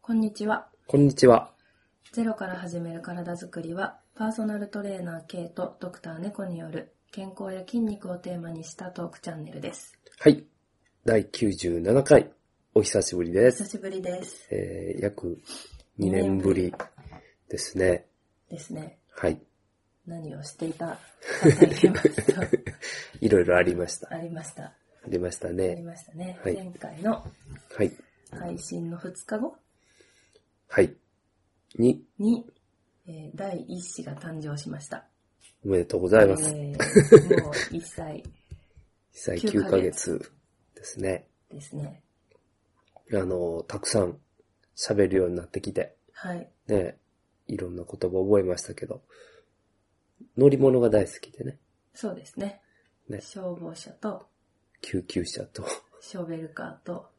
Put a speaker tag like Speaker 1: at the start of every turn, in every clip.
Speaker 1: こんにちは。
Speaker 2: こんにちは。
Speaker 1: ゼロから始める体づくりは、パーソナルトレーナー K とドクター猫による健康や筋肉をテーマにしたトークチャンネルです。
Speaker 2: はい。第97回。お久しぶりで
Speaker 1: 久
Speaker 2: す。
Speaker 1: しぶりです。
Speaker 2: えー、約2年ぶりですね。
Speaker 1: ですね。
Speaker 2: はい。
Speaker 1: 何をしていたかと言いますと
Speaker 2: いろいろありました。あ
Speaker 1: ありました。あ
Speaker 2: りました
Speaker 1: り
Speaker 2: ね。
Speaker 1: ましたね。
Speaker 2: はい
Speaker 1: 前回の
Speaker 2: はい。
Speaker 1: 配信の2日後
Speaker 2: はい。に、
Speaker 1: に、えー第1子が誕生しました。
Speaker 2: おめでとうご
Speaker 1: あ
Speaker 2: ざいます。
Speaker 1: えーもう1歳
Speaker 2: 被災
Speaker 1: 9
Speaker 2: 9ヶ月ですね。
Speaker 1: ですね。
Speaker 2: あの、たくさん喋るようになってきて、
Speaker 1: はい。
Speaker 2: ね、いろんな言葉覚えましたけど、乗り物が大好きでね、
Speaker 1: そうですね。
Speaker 2: ね
Speaker 1: 消防車と、
Speaker 2: 救急車と
Speaker 1: ショベルカーと、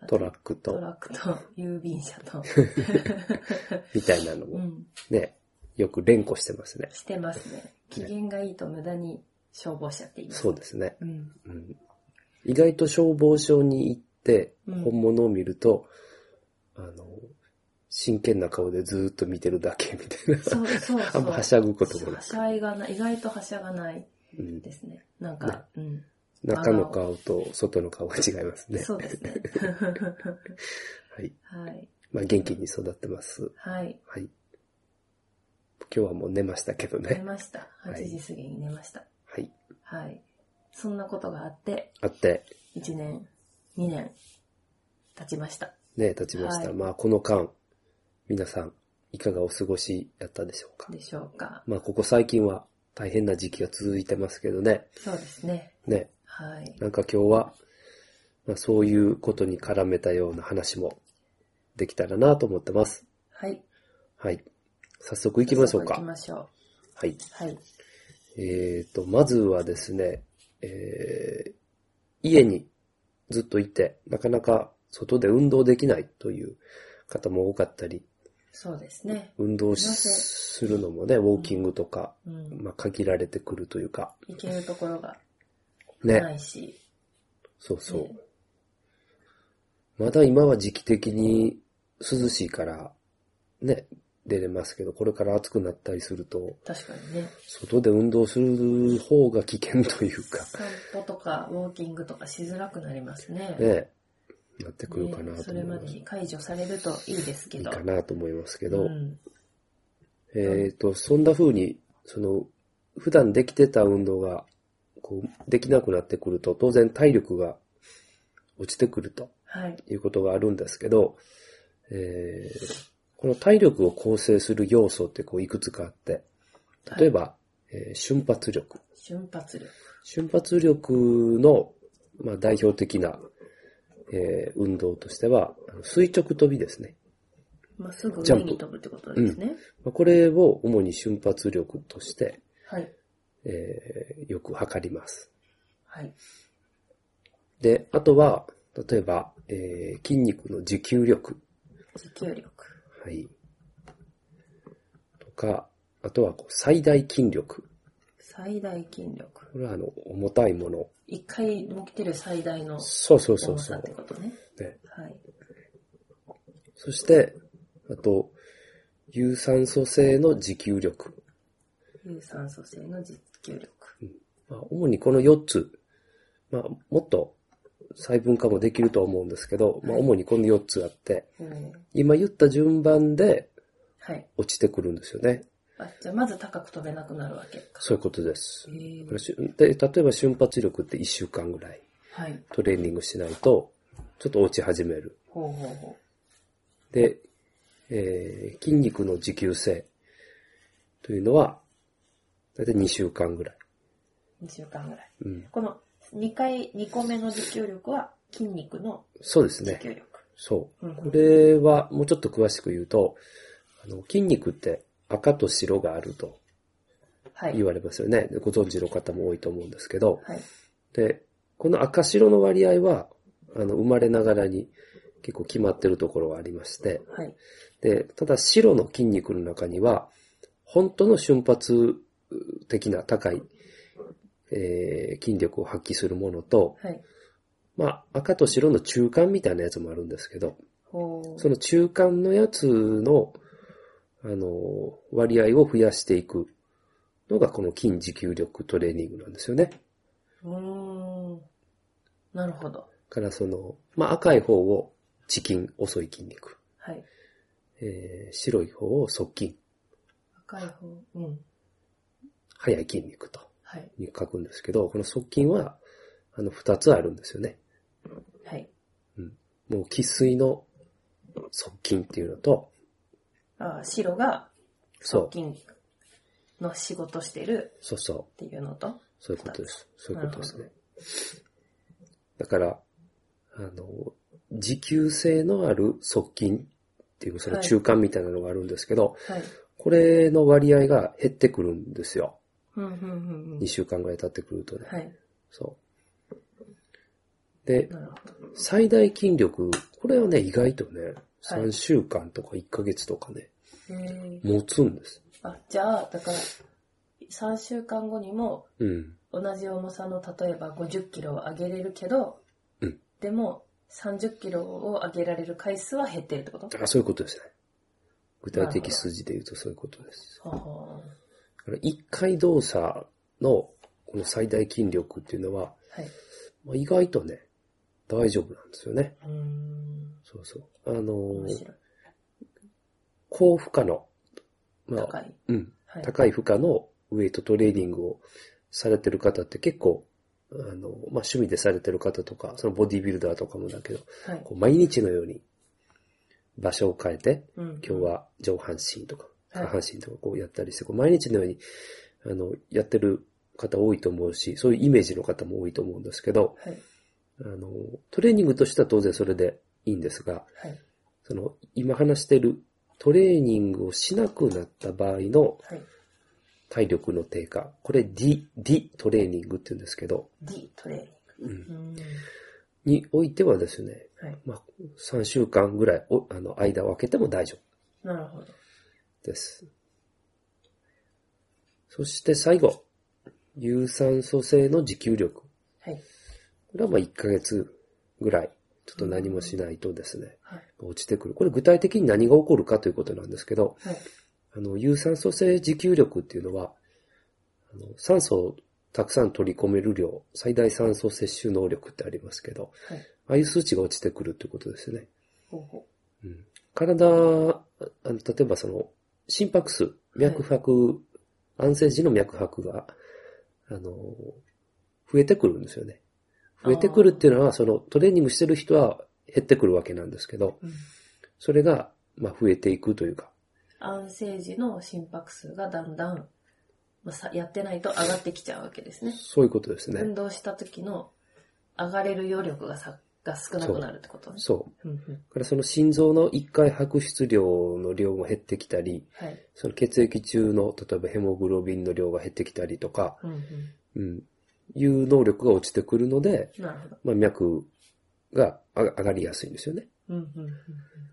Speaker 1: あと
Speaker 2: トラック
Speaker 1: ト
Speaker 2: と、
Speaker 1: ラックと、郵便車 と、
Speaker 2: みたいなの
Speaker 1: う
Speaker 2: も
Speaker 1: ん、
Speaker 2: ね、よく連呼してますね。
Speaker 1: してますね。機嫌がいいと無駄に消防車って言います。
Speaker 2: そうですね。
Speaker 1: うん。
Speaker 2: うん、意外と消防署に行って、
Speaker 1: うん
Speaker 2: 本物を見ると、あの、真剣な顔でずーっと見てるだけみたい
Speaker 1: そうそう
Speaker 2: な。あ
Speaker 1: そ
Speaker 2: ん
Speaker 1: う。
Speaker 2: まはしゃぐこともな
Speaker 1: は
Speaker 2: く。
Speaker 1: しゃいがない、意外とはしゃがない
Speaker 2: うん、
Speaker 1: ですね。なんか、うん。
Speaker 2: 中の顔と外の顔が違いますね。
Speaker 1: そうですね。
Speaker 2: はい。
Speaker 1: はい。
Speaker 2: まあ元気に育ってます。
Speaker 1: はい。
Speaker 2: はい。今日はもう寝ましたけど
Speaker 1: 寝
Speaker 2: ね。
Speaker 1: ました。
Speaker 2: はい
Speaker 1: 8時過ぎに寝ました。
Speaker 2: はい。
Speaker 1: はい。そんなことがあって、
Speaker 2: あって、
Speaker 1: 1年、2年、経ちました。
Speaker 2: ね、立ちました。
Speaker 1: はい
Speaker 2: まあこの間、皆さん、いかがお過ごしやったでしょうか。
Speaker 1: でしょうか。
Speaker 2: まあここ最近は大変な時期が続いてますけどね。
Speaker 1: そうですね。
Speaker 2: ね、
Speaker 1: はい。
Speaker 2: なんか今日は、まあ、そういうことに絡めたような話もできたらなと思ってます。
Speaker 1: はい。
Speaker 2: はい。早速行きましょう
Speaker 1: 行き
Speaker 2: か。
Speaker 1: ましょう。
Speaker 2: はい。
Speaker 1: はい。
Speaker 2: えーと、まずはですね、えー、家にずっといて、なかなか外で運動できないという方も多かったり、
Speaker 1: そうですね。
Speaker 2: 運動し
Speaker 1: なぜ
Speaker 2: するのもね、ウォーキングとか、
Speaker 1: うん。
Speaker 2: まあ、限られてくるというか、
Speaker 1: 行けるところが
Speaker 2: ね、
Speaker 1: ないし。
Speaker 2: そうそう。
Speaker 1: ね
Speaker 2: まだ今は時期的に涼しいから、ね、出れますけど、これから暑くなったりすると、
Speaker 1: 確かにね。
Speaker 2: 外で運動する方が危険というか、
Speaker 1: 散歩とかウォーキングとかしづらくなりますね。
Speaker 2: ね、なってくるかな
Speaker 1: ね
Speaker 2: と
Speaker 1: そ
Speaker 2: 思
Speaker 1: れ
Speaker 2: い
Speaker 1: ま
Speaker 2: ま。
Speaker 1: ですに解除されるといいですけ
Speaker 2: いい
Speaker 1: ど。
Speaker 2: かなと思いますけど、
Speaker 1: うん。
Speaker 2: えっ、と、そんな風に、その、普段できてた運動が、こう、できなくなってくると、当然体力が落ちてくると。
Speaker 1: はい。
Speaker 2: いうことがあるんですけど、えーこの体力を構成する要素ってこういくつかあって、例えば、えー瞬発力。
Speaker 1: 瞬発力。
Speaker 2: 瞬発力の、まあ、代表的な、えー運動としては、あの垂直跳びですね。
Speaker 1: まあ、すぐ
Speaker 2: ジャ
Speaker 1: 上
Speaker 2: ンプ
Speaker 1: に飛ぶってことですね。
Speaker 2: まあこれを主に瞬発力として、
Speaker 1: はい。
Speaker 2: えーよく測ります。
Speaker 1: はい。
Speaker 2: で、あとは、例えば、えー筋肉の持久力。
Speaker 1: 持久力。
Speaker 2: はい。とか、あとはこう最大筋力。
Speaker 1: 最大筋力。
Speaker 2: これはあの、重たいもの。
Speaker 1: 一回持ってる最大の
Speaker 2: そうそうそ
Speaker 1: 重
Speaker 2: うそ
Speaker 1: さって
Speaker 2: う。
Speaker 1: ことね。
Speaker 2: ね、
Speaker 1: はい。
Speaker 2: そして、あと、有酸素性の持久力。
Speaker 1: 有酸素性の持久力。
Speaker 2: まあ、主にこの4つ。まあ、もっと細分化もできるとは思うんですけど、まあ、
Speaker 1: はい
Speaker 2: 主にこの4つあって、
Speaker 1: うん
Speaker 2: 今言った順番で
Speaker 1: はい。
Speaker 2: 落ちてくるんですよね。
Speaker 1: あ、じゃあまず高く飛べなくなるわけか。
Speaker 2: そういうことです
Speaker 1: へ。ー
Speaker 2: これしゅで例えば瞬発力って1週間ぐらい
Speaker 1: はい。
Speaker 2: トレーニングしないと、ちょっと落ち始める。
Speaker 1: ほうほうほ
Speaker 2: で、えー筋肉の持久性というのは、だいたい2週間ぐらい。
Speaker 1: う。2週間ぐらい。
Speaker 2: うん、
Speaker 1: この2回、2個目の持久力は筋肉の
Speaker 2: そうです
Speaker 1: 持
Speaker 2: ね。
Speaker 1: 久力。
Speaker 2: そう。
Speaker 1: うん
Speaker 2: これはもうちょっと詳しく言うと、あの筋肉って赤と白があると
Speaker 1: はい。
Speaker 2: 言われますよね。でご存知の方も多いと思うんですけど、
Speaker 1: はい。
Speaker 2: で、この赤白の割合は、あの、生まれながらに結構決まってるところがありまして、
Speaker 1: はい。
Speaker 2: で、ただ白の筋肉の中には、本当の瞬発的な高い、えー筋力を発揮するものと、
Speaker 1: はい。
Speaker 2: まあ、赤と白の中間みたいなやつもあるんですけど、
Speaker 1: ほう。
Speaker 2: その中間のやつの、あの、割合を増やしていくのがこの筋持久力トレーニングなんですよね。
Speaker 1: うーん。なるほど。
Speaker 2: からその、まあ、赤い方を地筋、遅い筋肉。
Speaker 1: はい。
Speaker 2: えー白い方を側筋、
Speaker 1: 赤い方。うん。
Speaker 2: 速い筋肉と
Speaker 1: はい。
Speaker 2: 書くんですけど、この側筋は、あの、二つあるんですよね。
Speaker 1: はい。
Speaker 2: もう喫水の側近っていうのと、
Speaker 1: ああ、白が、
Speaker 2: そう、
Speaker 1: 筋肉の仕事してる
Speaker 2: そうそう、
Speaker 1: っていうのと。
Speaker 2: そういうことです。そういうことですね。だから、あの、持久性のある側近っていう、その中間みたいなのがあるんですけど、
Speaker 1: はい。
Speaker 2: これの割合が減ってくるんですよ。
Speaker 1: うん、うん、うん。うん
Speaker 2: 2週間ぐらい経ってくるとね。
Speaker 1: はい。
Speaker 2: そう。で、
Speaker 1: なるほど。
Speaker 2: 最大筋力、これはね、意外とね、
Speaker 1: はい
Speaker 2: 3週間とか1ヶ月とかね、
Speaker 1: へー
Speaker 2: 持つんです。
Speaker 1: あ、じゃあ、だから、3週間後にも
Speaker 2: うん。
Speaker 1: 同じ重さの、例えば50キロを上げれるけど、
Speaker 2: うん
Speaker 1: でも、30キロを上げられる回数は減ってるってこと
Speaker 2: あ、そういうことですね。具体
Speaker 1: なるほ
Speaker 2: 的
Speaker 1: ど
Speaker 2: 数字で言うとそういうことです。
Speaker 1: ほうほ
Speaker 2: だから一回動作のこの最大筋力っていうのは、
Speaker 1: うはい。
Speaker 2: まあ、意外とね、大丈夫なんですよね。
Speaker 1: うーん。
Speaker 2: そうそう。あの
Speaker 1: 面
Speaker 2: ー
Speaker 1: 白い。
Speaker 2: 高負荷の、ま
Speaker 1: 高
Speaker 2: あ、
Speaker 1: い。
Speaker 2: うん、
Speaker 1: はい。
Speaker 2: 高い負荷のウェイトトレーニングをされてる方って結構、あの、まあ、趣味でされてる方とか、そのボディビルダーとかもだけど、
Speaker 1: はい。
Speaker 2: こう毎日のように場所を変えて、
Speaker 1: 今
Speaker 2: 今日。は上半身とか、
Speaker 1: はい
Speaker 2: 下半身とかこうやったりして、こう毎日のように、あの、やってる方多いと思うし、そういうイメージの方も多いと思うんですけど、
Speaker 1: はい。
Speaker 2: あの、トレーニングとしては当然それでいいんですが、
Speaker 1: はい。
Speaker 2: その、今話してるトレーニングをしなくなった場合の
Speaker 1: はい。
Speaker 2: 体力の低下、これ D、D トレーニングって言うんですけど、
Speaker 1: D、トレーニ
Speaker 2: う
Speaker 1: ング。う
Speaker 2: んにおいてはですね、
Speaker 1: ーん。はい。
Speaker 2: まあ、3週間ぐらいお、あの、間を空けても大丈夫。
Speaker 1: なるほど。
Speaker 2: です。そして最後、有酸素性の持久力。
Speaker 1: はい。
Speaker 2: これはまあ1ヶ月ぐらい、ちょっと何もしないとですね、
Speaker 1: はい。
Speaker 2: 落ちてくる。これ具体的に何が起こるかということなんですけど、
Speaker 1: はい。
Speaker 2: あの、有酸素性持久力っていうのは、あの酸素をたくさん取り込める量、最大酸素摂取能力ってありますけど、
Speaker 1: はい。
Speaker 2: ああいう数値が落ちてくるということですね。
Speaker 1: ほうほ
Speaker 2: うん体、ああの例えばその、心拍数、脈拍、安静時の脈拍が、あの、増えてくるんですよね。増えてくるっていうのは、そのトレーニングしてる人は減ってくるわけなんですけど、
Speaker 1: う。うん。
Speaker 2: それが、まあ増えていくというか、
Speaker 1: 安静時の心拍数がだんだん、まあ、さやってないと上がってきちゃうわけですね。
Speaker 2: そういうことです
Speaker 1: 運
Speaker 2: ね。
Speaker 1: 動した時の上がれる余力がさが少なくなるってことね。
Speaker 2: そう。
Speaker 1: うんうん
Speaker 2: だからその心臓の一回拍出量の量も減ってきたり、
Speaker 1: はい。
Speaker 2: その血液中の、例えばヘモグロビンの量が減ってきたりとか、
Speaker 1: うんうん
Speaker 2: うん、いう能力が落ちてくるので、
Speaker 1: なるほど。
Speaker 2: まあ、脈があ上がりやすいんですよね。
Speaker 1: うんうんうんうん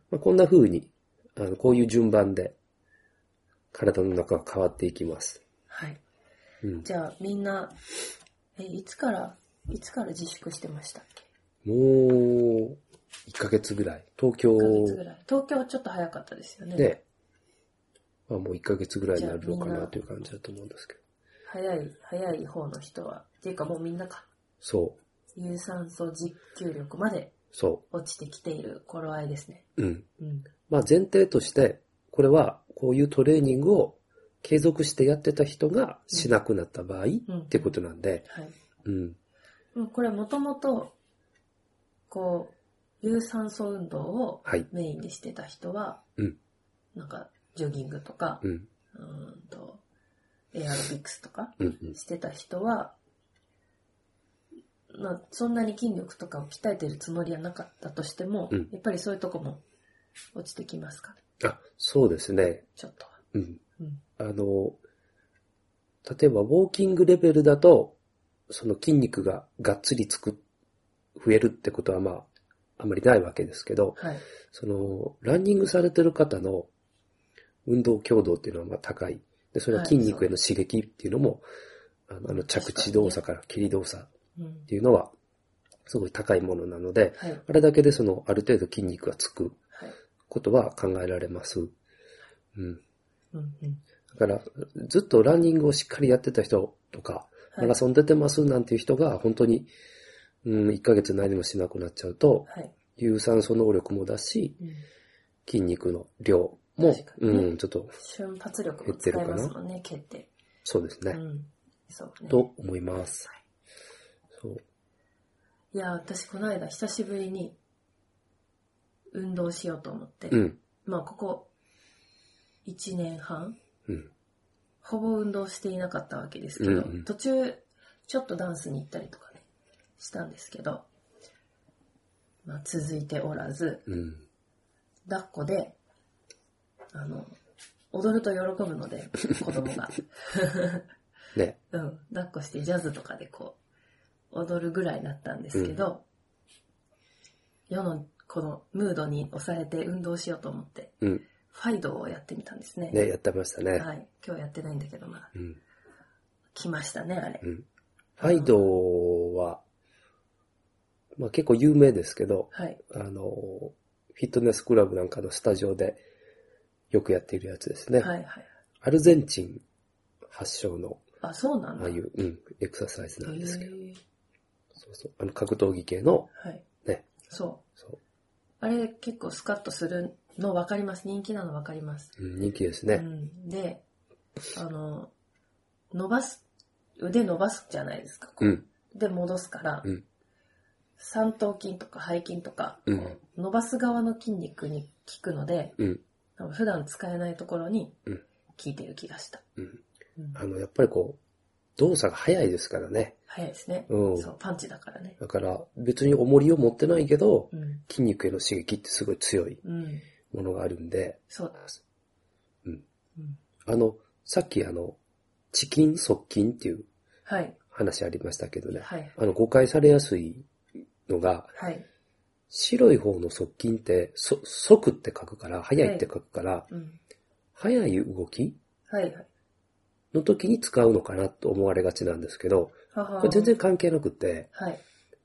Speaker 2: まあ、こんな風に、あのこういう順番で体の中が変わっていきます。
Speaker 1: はい。
Speaker 2: うん、
Speaker 1: じゃあみんな、え、いつから、いつから自粛してましたっけ
Speaker 2: もう、1ヶ月ぐらい。東京
Speaker 1: ?1 ヶ月ぐらい。東京はちょっと早かったですよね。
Speaker 2: で、まあ、もう1ヶ月ぐらいになるのか
Speaker 1: じゃあみん
Speaker 2: な
Speaker 1: な
Speaker 2: という感じだと思うんですけど。
Speaker 1: 早い、早い方の人は、っていうかもうみんなか。
Speaker 2: そう、
Speaker 1: 有酸素持久力まで
Speaker 2: そ
Speaker 1: 落ちてきている頃合いですね。
Speaker 2: う。うん。
Speaker 1: うん。
Speaker 2: まあ前提として、これはこういうトレーニングを継続してやってた人がしなくなった場合ってことなんで、
Speaker 1: はい。
Speaker 2: うん。
Speaker 1: うんこれもともと、こう、有酸素運動を
Speaker 2: はい。
Speaker 1: メインにしてた人は、
Speaker 2: うん
Speaker 1: なんか、ジョギングとか、
Speaker 2: うん。
Speaker 1: うーんと、エアロビクスとか
Speaker 2: うん。うん
Speaker 1: してた人は、まあ、そんなに筋力とかを鍛えてるつもりはなかったとしても、
Speaker 2: うん
Speaker 1: やっぱりそういうとこも落ちてきますかね、
Speaker 2: あ、そうですね。
Speaker 1: ちょっとは。
Speaker 2: うん
Speaker 1: うん
Speaker 2: あの、例えばウォーキングレベルだと、その筋肉ががっつりつく、増えるってことはまあ、あまりないわけですけど、
Speaker 1: はい。
Speaker 2: その、ランニングされてる方の運動強度っていうのはまあ高い。で、それは筋肉への刺激っていうのも、あのあの着地動作から蹴り動作
Speaker 1: うん
Speaker 2: っ。ていうのは、すごい高いものなので、
Speaker 1: はい。
Speaker 2: あれだけでその、ある程度筋肉がつく。ことは考えられます。うん。
Speaker 1: うんうん。
Speaker 2: だから、ずっとランニングをしっかりやってた人とか、
Speaker 1: は
Speaker 2: マ
Speaker 1: い
Speaker 2: ラ。ソン出てますなんていう人が、本当に、うん、1ヶ月何もしなくなっちゃうと、
Speaker 1: はい。
Speaker 2: 有酸素能力もだし、
Speaker 1: うん
Speaker 2: 筋肉の量も
Speaker 1: 確か、にね
Speaker 2: うん、ちょっと、
Speaker 1: 瞬発力も使えますもんね、蹴って。
Speaker 2: そうです
Speaker 1: う
Speaker 2: ね、
Speaker 1: ん。そうね。
Speaker 2: と思います。
Speaker 1: はい
Speaker 2: そう。
Speaker 1: いや、私この間久しぶりに運動しようと思って、
Speaker 2: うん、
Speaker 1: まあここ1年半、
Speaker 2: うん、
Speaker 1: ほぼ運動していなかったわけですけど、
Speaker 2: うんうん
Speaker 1: 途中ちょっとダンスに行ったりとかね、したんですけど、まあ続いておらず、
Speaker 2: うん。
Speaker 1: 抱っこで、あの、踊ると喜ぶので、子供 が。
Speaker 2: ね、
Speaker 1: うん、抱っこしてジャズとかでこう、踊るぐらいだったんですけど、世のこのムードに押されて運動しようと思って、
Speaker 2: うん、
Speaker 1: ファイドをやってみたんですね。
Speaker 2: ね、やってましたね。
Speaker 1: はい。今日やってないんだけど、まあ、
Speaker 2: うん、
Speaker 1: 来ましたね、あれ
Speaker 2: う。ん。ハイドは、まあ結構有名ですけど、
Speaker 1: はい。
Speaker 2: あの、フィットネスクラブなんかのスタジオでよくやっているやつですね。
Speaker 1: はいはい。
Speaker 2: アルゼンチン発祥の、
Speaker 1: あ、そうなん
Speaker 2: あ
Speaker 1: だ。
Speaker 2: あいう、うん、エクササイズなんですけ
Speaker 1: へ
Speaker 2: ど、
Speaker 1: ー
Speaker 2: そうそう。あの、格闘技系の、
Speaker 1: はい。
Speaker 2: ね、
Speaker 1: そ。
Speaker 2: そう
Speaker 1: あれ結構スカッとするの分かります。人気なの分かります。
Speaker 2: う、うん人気です
Speaker 1: う
Speaker 2: ね。
Speaker 1: ん、で、あの、伸ばす、腕伸ばすじゃないですか。こう
Speaker 2: うん、
Speaker 1: で戻すから、
Speaker 2: うん
Speaker 1: 三頭筋とか背筋とか、
Speaker 2: うん
Speaker 1: こう伸ばす側の筋肉に効くので、
Speaker 2: うん、
Speaker 1: 多分普段使えないところに
Speaker 2: うん
Speaker 1: 効いてる気がした。
Speaker 2: うん。
Speaker 1: うん
Speaker 2: あの、やっぱりこう、動作が早いですからね。
Speaker 1: 早いですね、
Speaker 2: うん
Speaker 1: そう、パンチだからね。
Speaker 2: だから、別に重りを持ってないけど、
Speaker 1: うん。
Speaker 2: 筋肉への刺激ってすごい強い
Speaker 1: うん。
Speaker 2: ものがあるんで、
Speaker 1: そう。
Speaker 2: うん
Speaker 1: うん
Speaker 2: あの、さっきあの、チキン側筋っていう
Speaker 1: はい。
Speaker 2: 話ありましたけどね。
Speaker 1: はい。
Speaker 2: あの、誤解されやすいのが、
Speaker 1: はい。
Speaker 2: 白い方の側筋って、そ、即って書くから、早いって書くから、
Speaker 1: うん。
Speaker 2: 早い動き
Speaker 1: はいはい。
Speaker 2: の時に使うのかなと思われがちなんですけど、
Speaker 1: はは
Speaker 2: これ全然関係なくて、
Speaker 1: はい。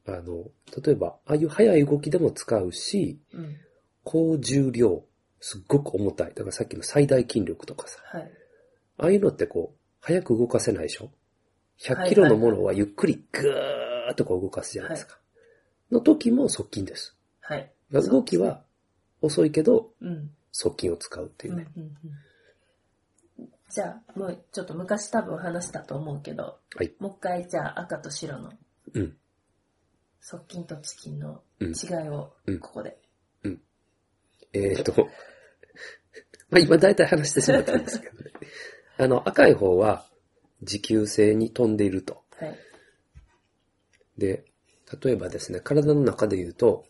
Speaker 2: あの、例えば、ああいう早い動きでも使うし、
Speaker 1: うん。
Speaker 2: 高重量、すっごく重たい。だからさっきの最大筋力とかさ、
Speaker 1: はい。
Speaker 2: ああいうのってこう、早く動かせないでしょ
Speaker 1: はい
Speaker 2: ?100 キロのものはゆっくりぐーっとこう動かすじゃないですか。の時も側近です。
Speaker 1: はい。
Speaker 2: だから動きは遅いけど、
Speaker 1: うん。
Speaker 2: 側近を使うっていうね。
Speaker 1: うんうんうんじゃあ、もうちょっと昔多分話したと思うけど、
Speaker 2: はい
Speaker 1: もう一回じゃあ赤と白の
Speaker 2: うん。
Speaker 1: 側近とチキンの
Speaker 2: うん
Speaker 1: 違いを
Speaker 2: うん
Speaker 1: ここで。
Speaker 2: えっ、ー、と、 まあ今大体話してしまったんですけどね。 あの、赤い方は持久性に飛んでいると。
Speaker 1: はい。
Speaker 2: で、例えばですね、体の中で言うと、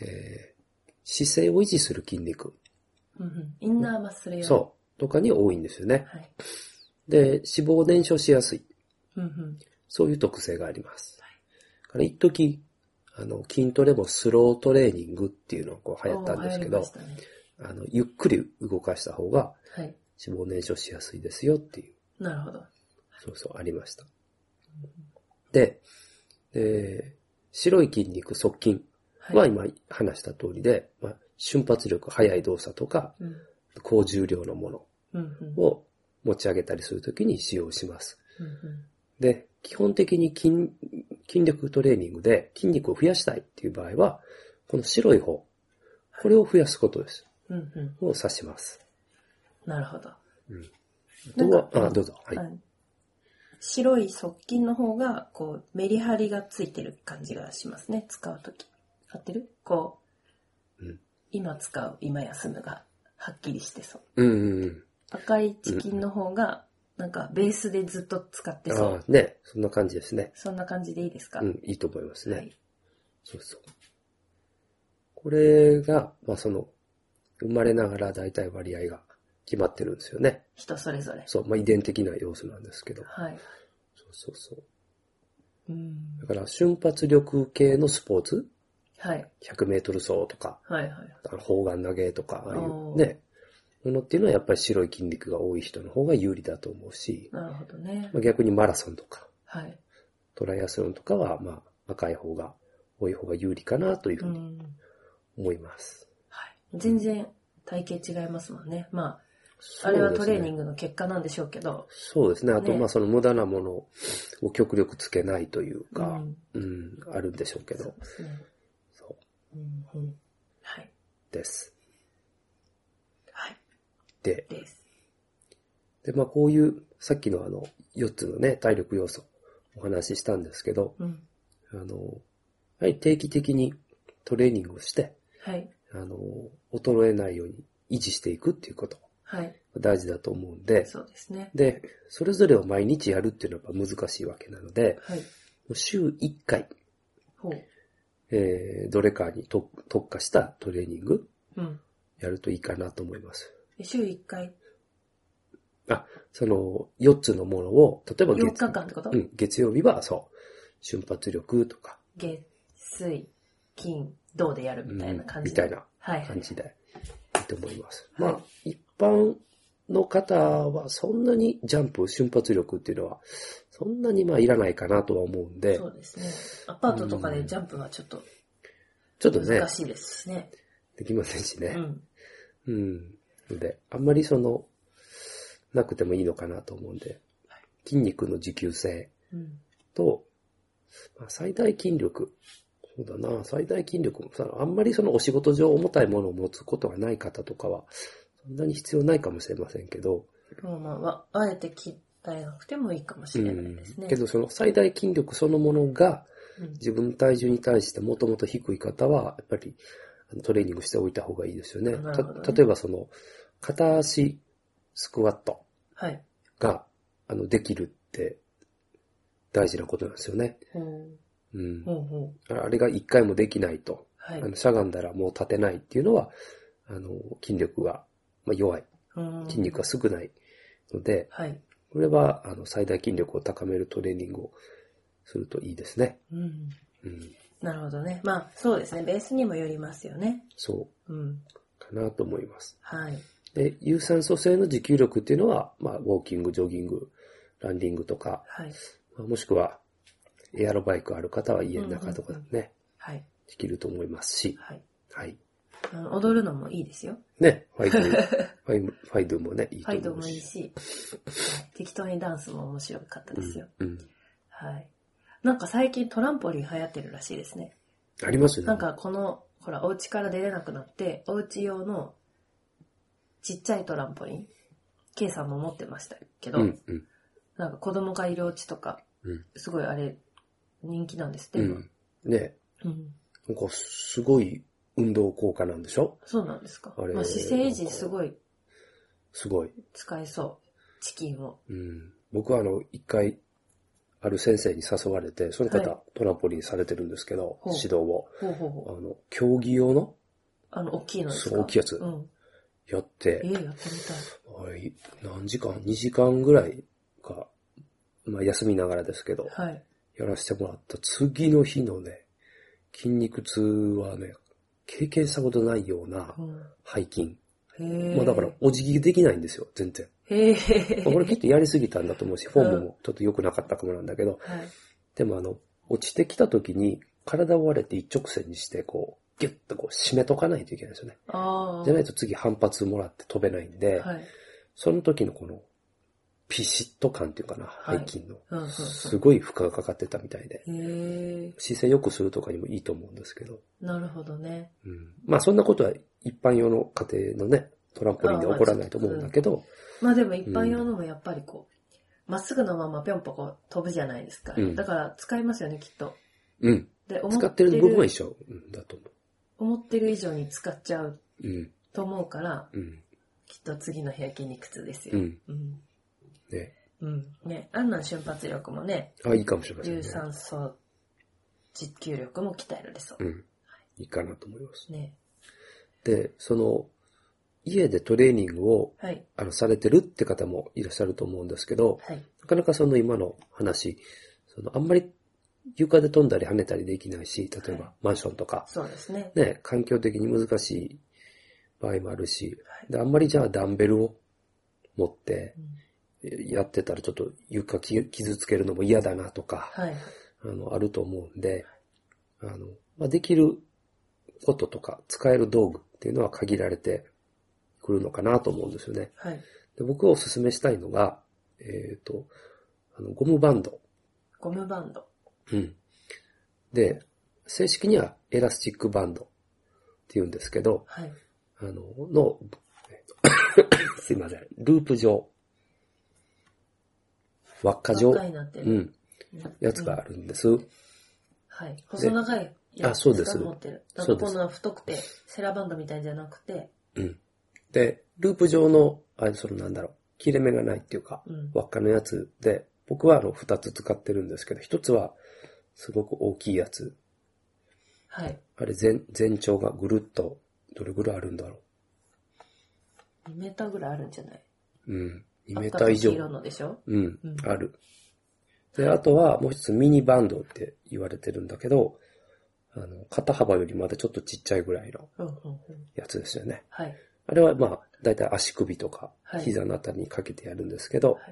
Speaker 2: えー姿勢を維持する筋肉。
Speaker 1: うんうんインナーマッスル用。
Speaker 2: そう。とかに多いんですよね。
Speaker 1: はい。
Speaker 2: で、脂肪を燃焼しやすい。
Speaker 1: うんうん
Speaker 2: そういう特性があります。だから一時、あの、筋トレもスロートレーニングっていうのがこう流行ったんですけ
Speaker 1: お
Speaker 2: ど
Speaker 1: ー、流行りまし
Speaker 2: あの、ゆっくり動かした方が
Speaker 1: たねはい。
Speaker 2: 脂肪燃焼しやすいですよっていう、
Speaker 1: なるほど。
Speaker 2: そうそう、ありました。で、えー白い筋肉、側筋
Speaker 1: は。
Speaker 2: はい今話した通りで、まあ、瞬発力、速い動作とか、
Speaker 1: うん
Speaker 2: 高重量のもの
Speaker 1: うんうん
Speaker 2: を持ち上げたりするときに使用します。
Speaker 1: うんうん
Speaker 2: で、基本的に筋、筋力トレーニングで筋肉を増やしたいっていう場合は、この白い方、これを増やすことです。
Speaker 1: うんうん
Speaker 2: を指します。
Speaker 1: なるほど。
Speaker 2: あ
Speaker 1: な
Speaker 2: とは、
Speaker 1: んか
Speaker 2: あ、どうぞ。はい。
Speaker 1: はい白い側筋の方が、こう、メリハリがついてる感じがしますね、使うとき。合ってるこう、
Speaker 2: うん
Speaker 1: 今使う、今休むが、はっきりしてそう。
Speaker 2: うんうんうん。
Speaker 1: 赤いチキンの方が、なんか、ベースでずっと使ってそ
Speaker 2: あ
Speaker 1: う。
Speaker 2: あ、ね、そんな感じですね。
Speaker 1: そんな感じでいいですか、
Speaker 2: うん、いいと思いますね。
Speaker 1: はい。
Speaker 2: そうそう。これが、まあその、生まれながら大体割合が決まってるんですよね。
Speaker 1: 人それぞれ。
Speaker 2: そう、まあ遺伝的な要素なんですけど。
Speaker 1: はい。
Speaker 2: そうそうそう。
Speaker 1: うん
Speaker 2: だから瞬発力系のスポーツ、
Speaker 1: はい。
Speaker 2: 100メートル走とか、
Speaker 1: はいはい。
Speaker 2: あの砲丸投げとか、ああい
Speaker 1: お
Speaker 2: う
Speaker 1: ー
Speaker 2: ね、ものっていうのはやっぱり白い筋肉が多い人の方が有利だと思うし、
Speaker 1: なるほどね。
Speaker 2: まあ、逆にマラソンとか、
Speaker 1: はい。
Speaker 2: トライアスロンとかは、まあ、赤い方が、多い方が有利かなという
Speaker 1: う
Speaker 2: ふうに
Speaker 1: ん。
Speaker 2: 思います。
Speaker 1: はい。全然体型違いますもんね。まあ、
Speaker 2: そ
Speaker 1: あ
Speaker 2: うで
Speaker 1: れ
Speaker 2: すね
Speaker 1: はトレーニングの結果なんでしょうけど。
Speaker 2: そうですね。あと、
Speaker 1: ね
Speaker 2: まあ、その無駄なものを極力つけないというか、うん、あるんでしょうけ
Speaker 1: そう
Speaker 2: ど、
Speaker 1: ですね。
Speaker 2: そ
Speaker 1: う
Speaker 2: う
Speaker 1: んうん。はい。
Speaker 2: です。
Speaker 1: はい。
Speaker 2: で、
Speaker 1: です。
Speaker 2: で、まあ、こういう、さっきのあの、4つのね、体力要素、お話ししたんですけど、
Speaker 1: うん。
Speaker 2: あの、やはり定期的にトレーニングをして、
Speaker 1: はい。
Speaker 2: あの、衰えないように維持していくっていうこと、
Speaker 1: はい。
Speaker 2: 大事だと思うんで、
Speaker 1: そうですね。
Speaker 2: で、それぞれを毎日やるっていうのはやっぱ難しいわけなので、
Speaker 1: はい。
Speaker 2: もう週1回、
Speaker 1: ほう。
Speaker 2: えー、どれかにと特化したトレーニング
Speaker 1: うん。
Speaker 2: やるといいかなと思います。
Speaker 1: で週1回、
Speaker 2: その4つのものを、例えば
Speaker 1: 4日間ってこと
Speaker 2: うん、月曜日はそう、瞬発力とか、
Speaker 1: 月、水、金、銅でやるみたいな感じ
Speaker 2: み
Speaker 1: で。
Speaker 2: たいな
Speaker 1: はいはい。
Speaker 2: 感じでいいと思います。
Speaker 1: はい
Speaker 2: まあ、一般の方はそんなにジャンプ、瞬発力っていうのは、そんなにまあいらないかなとは思うんで
Speaker 1: そ、うですね。アパートとかでジャンプはちょっと
Speaker 2: ちょっとね
Speaker 1: 難、しいですしね。
Speaker 2: できませんしね。
Speaker 1: うん。
Speaker 2: うん。ので、あんまりその、なくてもいいのかなと思うんで、筋肉の持久性
Speaker 1: うん。
Speaker 2: と、まあ、最大筋力。そうだな、最大筋力もさ、あんまりそのお仕事上重たいものを持つことがない方とかは、そんなに必要ないかもしれませんけど、
Speaker 1: まあまあわ、あえて切らなくてもいいかもしれないですね。
Speaker 2: けどその最大筋力そのものが
Speaker 1: うん
Speaker 2: 自分の体重に対してもともと低い方は、やっぱりあのトレーニングしておいた方がいいですよね。
Speaker 1: なるほどね
Speaker 2: た例えばその、片足スクワット。
Speaker 1: はい。
Speaker 2: が、あの、できるって大事なことなんですよね。
Speaker 1: ほう。
Speaker 2: うん。
Speaker 1: ほうほう。
Speaker 2: あれが一回もできないと、
Speaker 1: はい
Speaker 2: あ。の、しゃがんだらもう立てないっていうのは、あの、筋力が、まあ、弱い。
Speaker 1: うん
Speaker 2: 筋肉が少ないので、
Speaker 1: はい。
Speaker 2: これは、あの、最大筋力を高めるトレーニングをするといいですね。
Speaker 1: うん。
Speaker 2: うん。
Speaker 1: なるほどね。まあ、そうですね。ベースにもよりますよね。
Speaker 2: そ
Speaker 1: うん。
Speaker 2: うかなと思います。
Speaker 1: はい。
Speaker 2: で、有酸素性の持久力っていうのは、まあ、ウォーキング、ジョギング、ランディングとか、
Speaker 1: はい。
Speaker 2: まあもしくは、エアロバイクある方は家の中とかでね、
Speaker 1: はい。
Speaker 2: できると思いますし、
Speaker 1: はい。
Speaker 2: はい。
Speaker 1: あの踊るのもいいですよ。
Speaker 2: ね、ファイ ドゥ、ファイファイドゥもね、いい
Speaker 1: フ
Speaker 2: と
Speaker 1: ァイド
Speaker 2: 思う
Speaker 1: もいい
Speaker 2: し。
Speaker 1: し、はい適当にダンスも面白かったですよ。
Speaker 2: うん、うん。
Speaker 1: はい。なんか最近トランポリン流行ってるらしいですね。
Speaker 2: ありますよね。
Speaker 1: なんかこの、ほら、お家から出れなくなって、お家用のちっちゃいトランポリン、K さんも持ってましたけど、
Speaker 2: うん、うん、
Speaker 1: なんか子供がいるお家とか、
Speaker 2: うん
Speaker 1: すごいあれ、人気なんですって、
Speaker 2: う
Speaker 1: 今
Speaker 2: ん。ね、
Speaker 1: うん
Speaker 2: なんかすごい運動効果なんでしょ
Speaker 1: そうなんですか。
Speaker 2: あれ
Speaker 1: まあ、姿勢維持すごい
Speaker 2: すごい。
Speaker 1: 使えそう。チキンを。
Speaker 2: うん。僕はあの、一回、ある先生に誘われて、その方、
Speaker 1: は
Speaker 2: トランポリンされてるんですけど、
Speaker 1: ほう
Speaker 2: 指導を。
Speaker 1: ほうほう
Speaker 2: あ
Speaker 1: ほう。
Speaker 2: の、競技用の、
Speaker 1: あの、大きいのです
Speaker 2: す
Speaker 1: か
Speaker 2: ごい大きいやつ
Speaker 1: う、ん。
Speaker 2: やっ
Speaker 1: え
Speaker 2: て、
Speaker 1: えやってみたい。
Speaker 2: あれ、何時間 ?2 時間ぐらいか、まあ休みながらですけど、
Speaker 1: はい。
Speaker 2: やらせてもらった次の日のね、筋肉痛はね、経験したことないような
Speaker 1: う
Speaker 2: 背筋。
Speaker 1: ん、へえ。
Speaker 2: まあだから、お辞儀できないんですよ、全然。
Speaker 1: へえ。
Speaker 2: まあこれきっとやりすぎたんだと思うし、フォームもちょっと良くなかったかもなんだけど、
Speaker 1: はい。
Speaker 2: でもあの、落ちてきた時に体を割れて一直線にして、こう、ギュッとこう締めとかないといけないですよね。
Speaker 1: ああ。
Speaker 2: じゃないと次反発もらって飛べないんで、
Speaker 1: はい。
Speaker 2: その時のこの、ピシッと感っていうかな、
Speaker 1: はい
Speaker 2: 背筋の。
Speaker 1: うんうんうん
Speaker 2: すごい負荷がかかってたみたいで。
Speaker 1: へえ。
Speaker 2: 姿勢良くするとかにもいいと思うんですけど。
Speaker 1: なるほどね。
Speaker 2: うん、まあそんなことは一般用の家庭のね、トランポリンで起こらないと思うんだけど、
Speaker 1: まあでも一般用のもやっぱりこう、まっすぐのままぴょんぽこ飛ぶじゃないですか。
Speaker 2: うん
Speaker 1: だから使いますよね、きっと。
Speaker 2: うん。
Speaker 1: で、思
Speaker 2: 使
Speaker 1: っ
Speaker 2: ってて
Speaker 1: る
Speaker 2: る部分は一緒うんだと思
Speaker 1: 思ってる以上に使っちゃう
Speaker 2: う。うん。
Speaker 1: と思うから、
Speaker 2: うん。
Speaker 1: きっと次の日は筋肉痛です
Speaker 2: う
Speaker 1: よ。
Speaker 2: ん。
Speaker 1: うん。
Speaker 2: ね。
Speaker 1: うん。ね。あんなん瞬発力もね、
Speaker 2: あ、いいかもしれません
Speaker 1: 有
Speaker 2: ね。
Speaker 1: 酸素持久力も鍛えられそう
Speaker 2: う。ん。いいかなと思います。
Speaker 1: ね。
Speaker 2: で、その、家でトレーニングを、
Speaker 1: はい。
Speaker 2: あの、されてるって方もいらっしゃると思うんですけど、
Speaker 1: はい。
Speaker 2: なかなかその今の話、その、あんまり床で飛んだり跳ねたりできないし、例え
Speaker 1: は
Speaker 2: ばマンションとか、
Speaker 1: そうですね。
Speaker 2: ね、環境的に難しい場合もあるし、
Speaker 1: はい。
Speaker 2: で、あんまりじゃあダンベルを持って
Speaker 1: うん
Speaker 2: やってたらちょっと床き傷つけるのも嫌だなとか、
Speaker 1: はい。
Speaker 2: あの、あると思うんで、あの、まあ、できることとか使える道具っていうのは限られてくるのかなと思うんですよね。
Speaker 1: はい。
Speaker 2: で僕はおすすめしたいのが、えっ、と、あの、ゴムバンド。
Speaker 1: ゴムバンド。
Speaker 2: うん。で、正式にはエラスチックバンドって言うんですけど、
Speaker 1: はい。
Speaker 2: あの、の、 えっとすいません、ループ状、輪っか状、
Speaker 1: 輪っかになって
Speaker 2: う
Speaker 1: る。
Speaker 2: ん、やつがあるんです。
Speaker 1: はい。細長いや
Speaker 2: あそうです
Speaker 1: 持ってる。だ
Speaker 2: そ
Speaker 1: か
Speaker 2: う
Speaker 1: ら
Speaker 2: で
Speaker 1: こ
Speaker 2: す
Speaker 1: んな太くて、セラバンドみたいじゃなくて、
Speaker 2: うん。で、ループ状の、あれ、そのなんだろう、切れ目がないっていうか、
Speaker 1: うん。
Speaker 2: 輪っかのやつで、僕はあの、二つ使ってるんですけど、一つは、すごく大きいやつ。
Speaker 1: はい。
Speaker 2: あれ、全、全長がぐるっと、どれぐらいあるんだろ。
Speaker 1: 2メーターぐらいあるんじゃないう
Speaker 2: うん。2メー
Speaker 1: 赤
Speaker 2: ター
Speaker 1: と
Speaker 2: 以上
Speaker 1: 黄。色のでしょ
Speaker 2: うん
Speaker 1: うん、
Speaker 2: ある。で、あとはもう一つミニバンドって言われてるんだけど、あの、肩幅よりまだちょっとちっちゃいぐらいの
Speaker 1: うんうんうん。
Speaker 2: やつですよね。
Speaker 1: はい。
Speaker 2: あれはまあ、だいたい足首とか
Speaker 1: はい
Speaker 2: 膝のあたりにかけてやるんですけど、
Speaker 1: はい。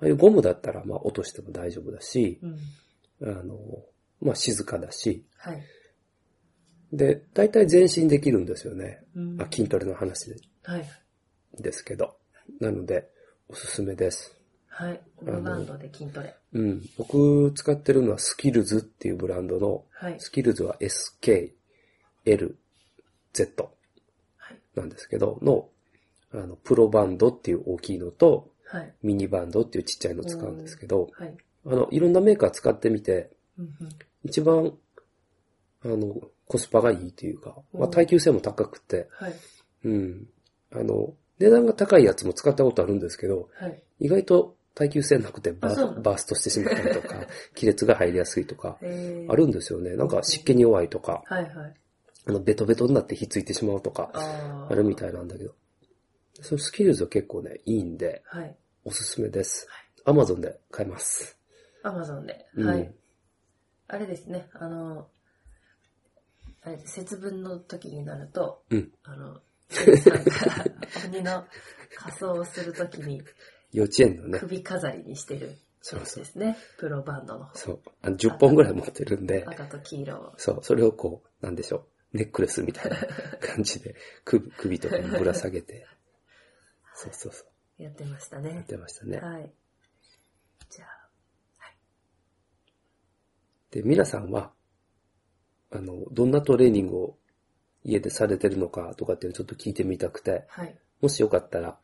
Speaker 2: ああいうゴムだったらまあ落としても大丈夫だし、
Speaker 1: うん。
Speaker 2: あの、まあ静かだし、
Speaker 1: はい。
Speaker 2: で、だいたい全身できるんですよね。
Speaker 1: うん
Speaker 2: まあ、筋トレの話で
Speaker 1: はい。
Speaker 2: ですけど。なので、おすすめです。
Speaker 1: はい。ゴムバンドで筋トレ。
Speaker 2: うん。僕使ってるのはスキルズっていうブランドの
Speaker 1: はい。
Speaker 2: スキルズは SK、L、Z
Speaker 1: はい。
Speaker 2: なんですけど、の、あの、プロバンドっていう大きいのと、
Speaker 1: はい。
Speaker 2: ミニバンドっていうちっちゃいのを使うんですけど、
Speaker 1: はい。
Speaker 2: あの、いろんなメーカー使ってみて、
Speaker 1: うんうん。
Speaker 2: 一番、あの、コスパがいいというか、まあ、
Speaker 1: うん
Speaker 2: 耐久性も高くて、
Speaker 1: はい。
Speaker 2: うん。あの、値段が高いやつも使ったことあるんですけど、
Speaker 1: はい。
Speaker 2: 意外と耐久性なくてバ
Speaker 1: あそうなの
Speaker 2: バーストしてしまったりとか、 亀裂が入りやすいとか、
Speaker 1: えー
Speaker 2: あるんですよね。なんか湿気に弱いとか、
Speaker 1: はいはい。
Speaker 2: あの、ベトベトになってひっついてしまうとか、
Speaker 1: あ
Speaker 2: あるみ
Speaker 1: い。
Speaker 2: たいなんだけど。そのスキルズは結構ね、いいんで、
Speaker 1: はい。
Speaker 2: おすすめです。アマゾンで買えます。
Speaker 1: アマゾンで。
Speaker 2: うん
Speaker 1: はい。あれですね、あの、あれ節分の時になると、
Speaker 2: うん
Speaker 1: あの、神さんが鬼の仮装をするときに
Speaker 2: 幼稚園のね、
Speaker 1: 首飾りにしてる
Speaker 2: そうそ
Speaker 1: で
Speaker 2: う。
Speaker 1: すね、プロバンドの
Speaker 2: そう。あの、10本ぐらい持ってるんで、
Speaker 1: 赤と黄色を。
Speaker 2: そう、それをこう、なんでしょう、ネックレスみたいな感 じで、首、首とかにぶら下げて、そうそうそ
Speaker 1: やってました
Speaker 2: う、やっ
Speaker 1: ね。
Speaker 2: てましたね。
Speaker 1: はい。じゃあ、
Speaker 2: で、皆さんは、あの、どんなトレーニングを家でされてるのかとかっていうのをちょっと聞いてみたくて、
Speaker 1: はい。
Speaker 2: もしよかったら、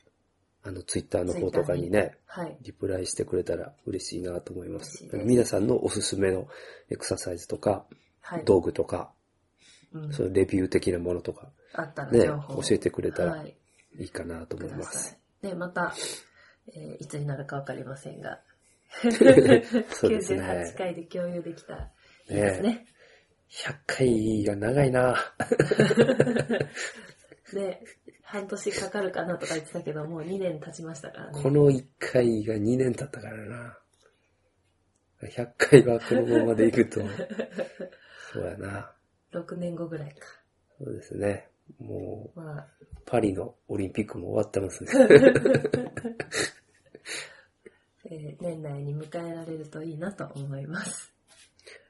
Speaker 2: あの、ツイッターの方とかにね、
Speaker 1: はい。
Speaker 2: リプライしてくれたら嬉しいなと思いま
Speaker 1: 嬉
Speaker 2: す
Speaker 1: しい。です
Speaker 2: 皆さんのおすすめのエクササイズとか、
Speaker 1: はい。
Speaker 2: 道具とか、
Speaker 1: うん、
Speaker 2: そのレビュー的なものとか、
Speaker 1: あったら
Speaker 2: ね、
Speaker 1: 情報
Speaker 2: 教えてくれた
Speaker 1: は
Speaker 2: ら
Speaker 1: い、
Speaker 2: いいかなと思
Speaker 1: く
Speaker 2: い
Speaker 1: だ
Speaker 2: ます
Speaker 1: さ。い。で、また、えーいつになるかわかりません が、
Speaker 2: そうですね
Speaker 1: 98回で共有できたらいい
Speaker 2: ね
Speaker 1: ですね。
Speaker 2: 100回が長いな
Speaker 1: で、半年かかるかなとか言ってたけど、もう2年経ちましたからね。
Speaker 2: この1回が2年経ったからな100回がこのままでい くと、そうやな
Speaker 1: 6年後ぐらいか。
Speaker 2: そうですね。もう、
Speaker 1: まあ、
Speaker 2: パリのオリンピックも終わってますね。
Speaker 1: えー年内に迎えられるといいなと思います。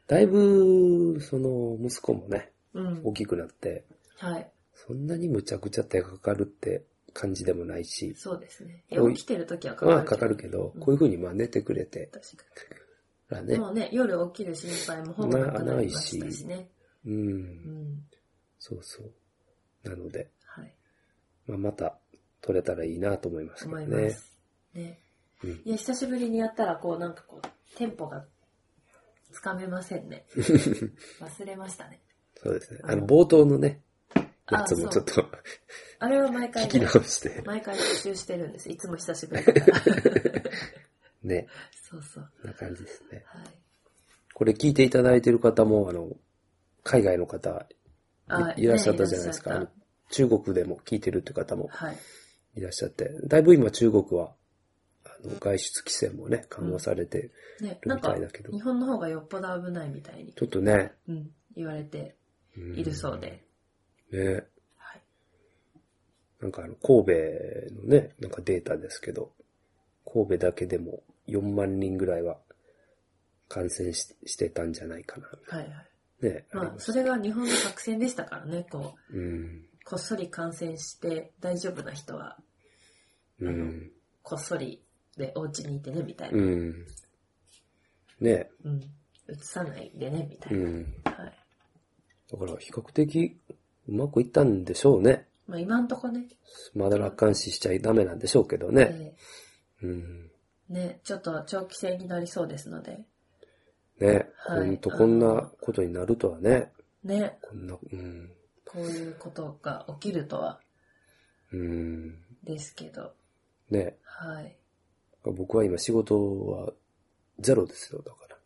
Speaker 2: だいぶ、その、息子もね、
Speaker 1: うん。
Speaker 2: 大きくなって、
Speaker 1: はい。
Speaker 2: そんなにむちゃくちゃ手がかかるって感じでもないし、
Speaker 1: そうですね。い
Speaker 2: お
Speaker 1: や
Speaker 2: い
Speaker 1: 起きてる時はかか
Speaker 2: ま
Speaker 1: る。
Speaker 2: あかかるけど、
Speaker 1: うん
Speaker 2: こういう風にまあ寝てくれて
Speaker 1: 確か
Speaker 2: ら
Speaker 1: に
Speaker 2: ね、
Speaker 1: もうね、夜起きる心配もほぼなくなりましたしね。
Speaker 2: う、
Speaker 1: うんん。
Speaker 2: そうそう。なので、
Speaker 1: はい。
Speaker 2: まあまた取れたらいいなと思いますけど
Speaker 1: 思いま
Speaker 2: ね。
Speaker 1: す。ね。
Speaker 2: うん
Speaker 1: いや、久しぶりにやったら、こう、なんかこう、テンポがつかめませんね。忘れましたね。
Speaker 2: そうですね。あ
Speaker 1: う
Speaker 2: の、
Speaker 1: ん
Speaker 2: 冒頭のね、
Speaker 1: あ
Speaker 2: やつもち
Speaker 1: そ
Speaker 2: ょ
Speaker 1: う
Speaker 2: っと
Speaker 1: あれは毎回
Speaker 2: 聞き
Speaker 1: ね、
Speaker 2: 直して、
Speaker 1: 毎回復習してるんです。いつも久しぶりだから。
Speaker 2: ね、
Speaker 1: そうそう。
Speaker 2: こんな感じですね。
Speaker 1: はい。
Speaker 2: これ聞いていただいてる方も、あの、海外の方
Speaker 1: あ
Speaker 2: いいらっしゃったじゃないです
Speaker 1: ね
Speaker 2: か。
Speaker 1: い
Speaker 2: あ
Speaker 1: ら
Speaker 2: の
Speaker 1: っし
Speaker 2: 中国でも聞いてるって方も
Speaker 1: ゃったはい。
Speaker 2: いらっしゃって、だいぶ今中国は、あの外出規制もね、緩和されて
Speaker 1: ね、
Speaker 2: る
Speaker 1: な
Speaker 2: み
Speaker 1: んか
Speaker 2: たい、だけど、
Speaker 1: 日本の方がよっぽど危ないみたいに、
Speaker 2: ちょっとね、
Speaker 1: うん、言われて
Speaker 2: うん
Speaker 1: いるそうで。。
Speaker 2: ね、
Speaker 1: はい。
Speaker 2: なんかあの、神戸のね、なんかデータですけど、神戸だけでも4万人ぐらいは感染ししてたんじゃないかな。
Speaker 1: はいはい。
Speaker 2: ね、あり
Speaker 1: まあ、
Speaker 2: ます
Speaker 1: それが日本の作戦でしたからね、こ
Speaker 2: うん。
Speaker 1: こっそり感染して大丈夫な人は、
Speaker 2: うん。
Speaker 1: こっそりでお家にいてね、みたいな。
Speaker 2: うん。ね
Speaker 1: うん。うつさないでね、みた
Speaker 2: え。
Speaker 1: いうな。
Speaker 2: ん。
Speaker 1: はい。
Speaker 2: だから比較的うまくいったんでしょうね。
Speaker 1: まあ今んとこね、
Speaker 2: まだ楽観視しちゃダメなんでしょうけどね。
Speaker 1: え
Speaker 2: うん。
Speaker 1: ーね、ちょっと長期戦になりそうですので、
Speaker 2: ね
Speaker 1: はい
Speaker 2: ほんとこんなことになるとはね。
Speaker 1: ね、
Speaker 2: こんな、うん。
Speaker 1: こういうことが起きるとは、
Speaker 2: うん。
Speaker 1: ですけど、
Speaker 2: ね
Speaker 1: はい。
Speaker 2: 僕は今仕事はゼロですよ、だから。や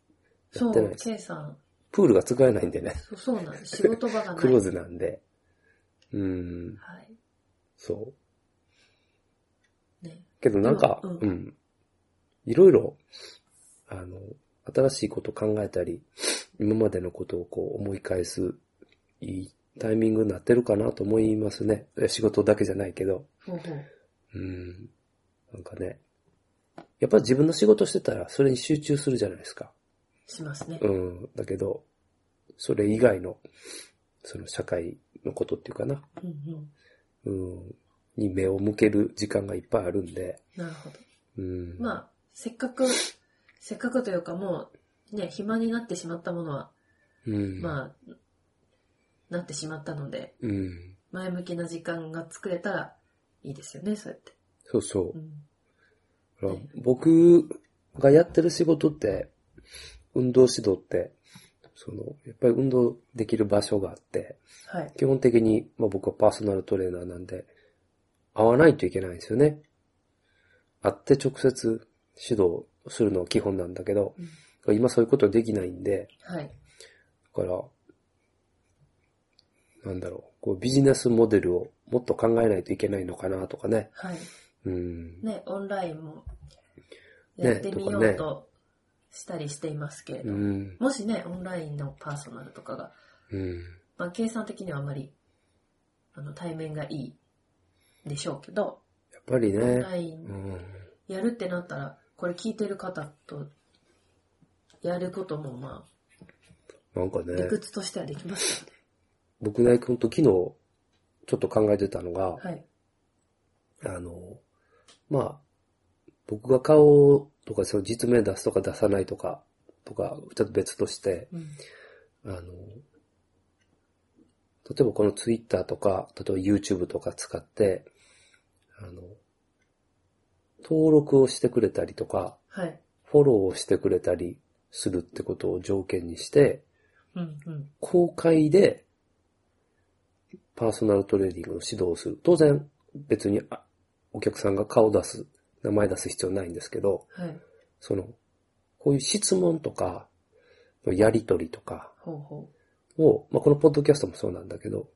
Speaker 1: そ、
Speaker 2: ってないうです。
Speaker 1: ケイさん、
Speaker 2: プールが使えないんでね。
Speaker 1: そうそうなんです。仕事場がない。
Speaker 2: クローズなんで。うん。
Speaker 1: はい。
Speaker 2: そう。
Speaker 1: ね。
Speaker 2: けどなんか、
Speaker 1: うん
Speaker 2: うん、いろいろ、あの、新しいこと考えたり、今までのことをこう思い返す、いいタイミングになってるかなと思いますね。え仕事だけじゃないけど。
Speaker 1: ほうほう。
Speaker 2: うん。なんかね。やっぱり自分の仕事してたら、それに集中するじゃないですか。
Speaker 1: しますね。
Speaker 2: うん。だけど、それ以外の、その社会のことっていうかな。
Speaker 1: うんうん。
Speaker 2: うん。に目を向ける時間がいっぱいあるんで。
Speaker 1: なるほど。
Speaker 2: うん。
Speaker 1: まあ、せっかく、せっかくというかもう、ね、暇になってしまったものは、
Speaker 2: うん。
Speaker 1: まあ、なってしまったので、
Speaker 2: うん。
Speaker 1: 前向きな時間が作れたらいいですよね、そうやって。
Speaker 2: そうそう
Speaker 1: う。ん。
Speaker 2: だから僕がやってる仕事って、運動指導って、その、やっぱり運動できる場所があって、
Speaker 1: はい。
Speaker 2: 基本的に、まあ僕はパーソナルトレーナーなんで、会わないといけないんですよね。会って直接指導するのは基本なんだけど、今そういうことできないんで、
Speaker 1: はい。
Speaker 2: だから、なんだろう、こうビジネスモデルをもっと考えないといけないのかなとかね。
Speaker 1: はい。
Speaker 2: うん。
Speaker 1: ね、オンラインも、
Speaker 2: ね
Speaker 1: やってみよ
Speaker 2: とか
Speaker 1: う
Speaker 2: ね
Speaker 1: としたりしていますけれ
Speaker 2: う
Speaker 1: ど、
Speaker 2: ん。
Speaker 1: もしね、オンラインのパーソナルとかが、
Speaker 2: うん。
Speaker 1: まあ、計算的にはあまり、あの、対面がいいでしょうけど、
Speaker 2: やっぱり
Speaker 1: オン
Speaker 2: ね、
Speaker 1: ライン
Speaker 2: うん。
Speaker 1: やるってなったら、これ聞いてる方と、やることもま
Speaker 2: なんか
Speaker 1: あ、
Speaker 2: ね
Speaker 1: 理、屈としてはできますよね。
Speaker 2: 僕ね、ほんと昨日、ちょっと考えてたのが、
Speaker 1: はい。
Speaker 2: あの、まあ、僕が顔とか、その実名出すとか出さないとか、とか、ちょっと別として、
Speaker 1: うん。
Speaker 2: あの、例えばこのツイッターとか、例えば YouTube とか使って、あの、登録をしてくれたりとか、
Speaker 1: はい。
Speaker 2: フォローをしてくれたりするってことを条件にして、
Speaker 1: うんうん。
Speaker 2: 公開でパーソナルトレーニングの指導をする。当然、別にあお客さんが顔出す、名前出す必要ないんですけど、
Speaker 1: はい。
Speaker 2: その、こういう質問とか、やりとりとか
Speaker 1: ほうほ
Speaker 2: を、まあ、このポッドキャストもそうなんだけど、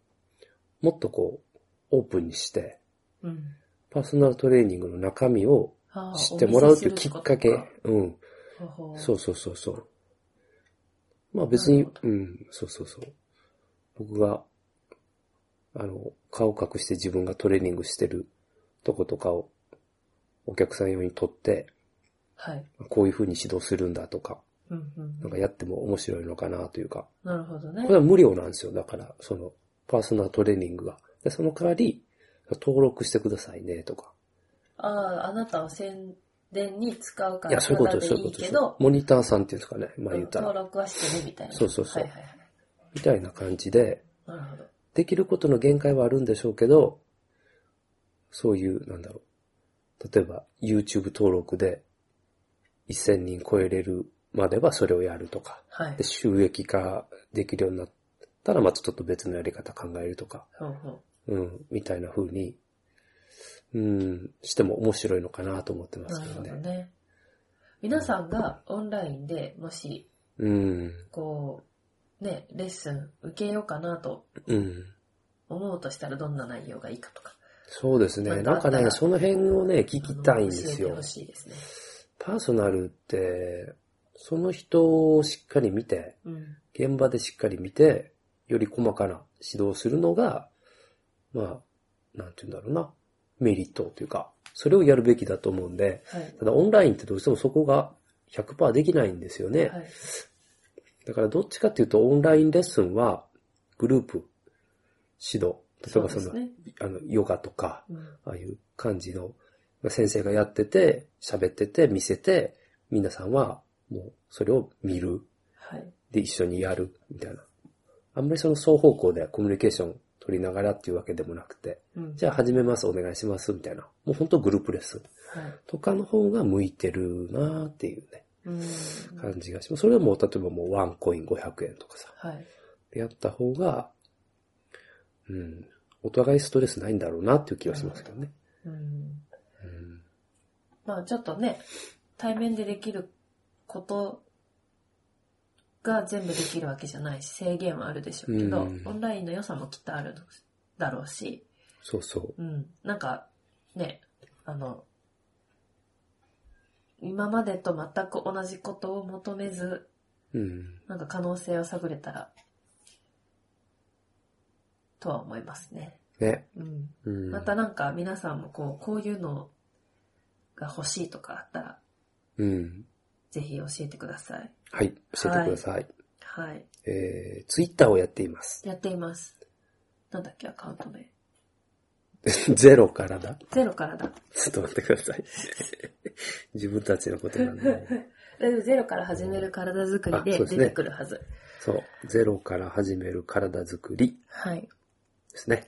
Speaker 2: もっとこう、オープンにして、
Speaker 1: う。うん。
Speaker 2: パーソナルトレーニングの中身を
Speaker 1: ああ
Speaker 2: 知ってもらうという
Speaker 1: お見せす
Speaker 2: き
Speaker 1: る
Speaker 2: っ
Speaker 1: こと
Speaker 2: かけ、うん、
Speaker 1: ほうほう。
Speaker 2: そうそうそうそう。まあ別
Speaker 1: な
Speaker 2: に
Speaker 1: る、ほ
Speaker 2: うん、そうそうそう。僕が、あの、顔隠して自分がトレーニングしてるとことかをお客さん用に撮って、
Speaker 1: はい。
Speaker 2: こういう風に指導するんだとか、
Speaker 1: うんうん
Speaker 2: なんかやっても面白いのかなというか、
Speaker 1: なるほど
Speaker 2: こ
Speaker 1: ね
Speaker 2: れ。は無料なんですよ。だから、その、パーソナルトレーニングが。で、その代わり、登録してくださいねとか。
Speaker 1: ああ、あなたを宣伝に使うか
Speaker 2: い
Speaker 1: ら、
Speaker 2: や、そういうこ
Speaker 1: た
Speaker 2: と、
Speaker 1: だ
Speaker 2: そ
Speaker 1: で
Speaker 2: ういう
Speaker 1: い
Speaker 2: こ
Speaker 1: い
Speaker 2: とで
Speaker 1: け
Speaker 2: す。
Speaker 1: ど、
Speaker 2: モニターさんっていうんですかね。まあ言うた
Speaker 1: 登
Speaker 2: ら。
Speaker 1: 録はしてね、みたいな。
Speaker 2: そうそうそう
Speaker 1: はいはいはい。
Speaker 2: みたいな感じで、
Speaker 1: なるほど。
Speaker 2: できることの限界はあるんでしょうけど、そういう、なんだろう。例えば、YouTube 登録で1000人超えれるまではそれをやるとか、
Speaker 1: はい
Speaker 2: で。収益化できるようになったら、またちょっと別のやり方考えるとか、
Speaker 1: ほうほう。
Speaker 2: うん、みたいな風に、うん、しても面白いのかなと思ってま
Speaker 1: な
Speaker 2: す
Speaker 1: る
Speaker 2: けど
Speaker 1: ほど
Speaker 2: ね。
Speaker 1: ね。皆さんがオンラインでもし、
Speaker 2: うん、
Speaker 1: こう、ね、レッスン受けようかなと
Speaker 2: うん。
Speaker 1: 思うとしたらどんな内容がいいかとか。
Speaker 2: そうです
Speaker 1: ま
Speaker 2: ね。
Speaker 1: あ
Speaker 2: なんか
Speaker 1: だか
Speaker 2: ね、
Speaker 1: ら
Speaker 2: その辺をね、聞きたい
Speaker 1: あ
Speaker 2: んで
Speaker 1: の
Speaker 2: す
Speaker 1: 教えて
Speaker 2: よ
Speaker 1: ほ。しいですね。
Speaker 2: パーソナルって、その人をしっかり見て、
Speaker 1: うん。
Speaker 2: 現場でしっかり見て、より細かな指導をするのが、まあ、なんて言うんだろうな、メリットというか、それをやるべきだと思うんで、
Speaker 1: はい。
Speaker 2: ただオンラインってどうしてもそこが100%できないんですよね。
Speaker 1: はい。
Speaker 2: だからどっちかっていうとオンラインレッスンはグループ指導、例えばその、
Speaker 1: うですね。
Speaker 2: あの、ヨガとか、
Speaker 1: うん
Speaker 2: ああいう感じの、まあ先生がやってて、喋ってて、見せて、皆さんは、もう、それを見る。
Speaker 1: はい。
Speaker 2: で、一緒にやる。みたいな。あんまりその双方向でコミュニケーション取りながらっていうわけでもなくて、
Speaker 1: うん。
Speaker 2: じゃあ始めます、お願いします、みたいな。もう本当グループレッスン
Speaker 1: はい。
Speaker 2: とかの方が向いてるなーっていうね、
Speaker 1: うん。
Speaker 2: 感じがします。それはもう、例えばもうワンコイン500円とかさ、
Speaker 1: はい。
Speaker 2: やった方が、うん、お互いストレスないんだろうなっていう気がしますけどね。
Speaker 1: うん。
Speaker 2: うん
Speaker 1: まあちょっとね、対面でできることが全部できるわけじゃないし、制限はあるでしょうけど、
Speaker 2: うん
Speaker 1: オンラインの良さもきっとあるだろうし、
Speaker 2: そうそ
Speaker 1: う
Speaker 2: う。
Speaker 1: ん。なんか、ね、あの、今までと全く同じことを求めず、
Speaker 2: うん。
Speaker 1: なんか可能性を探れたら、とは思いますね。
Speaker 2: ね。
Speaker 1: うん。
Speaker 2: うん、
Speaker 1: また、なんか皆さんもこう、こういうのが欲しいとかあったら、
Speaker 2: うん。
Speaker 1: ぜひ教えてください。
Speaker 2: はい、教えてください。
Speaker 1: はい。
Speaker 2: えー、ツイッターをやっています。
Speaker 1: やっています。なんだっけ、アカウント名。
Speaker 2: ゼロからだ。
Speaker 1: ゼロからだ。
Speaker 2: ちょっと待ってください。 自分たちのことな んで。
Speaker 1: でもゼロから始める体づくり
Speaker 2: あ
Speaker 1: で
Speaker 2: そうです
Speaker 1: 出
Speaker 2: ね
Speaker 1: てくるはず。
Speaker 2: そう。ゼロから始める体づくり
Speaker 1: はい。
Speaker 2: ですね。や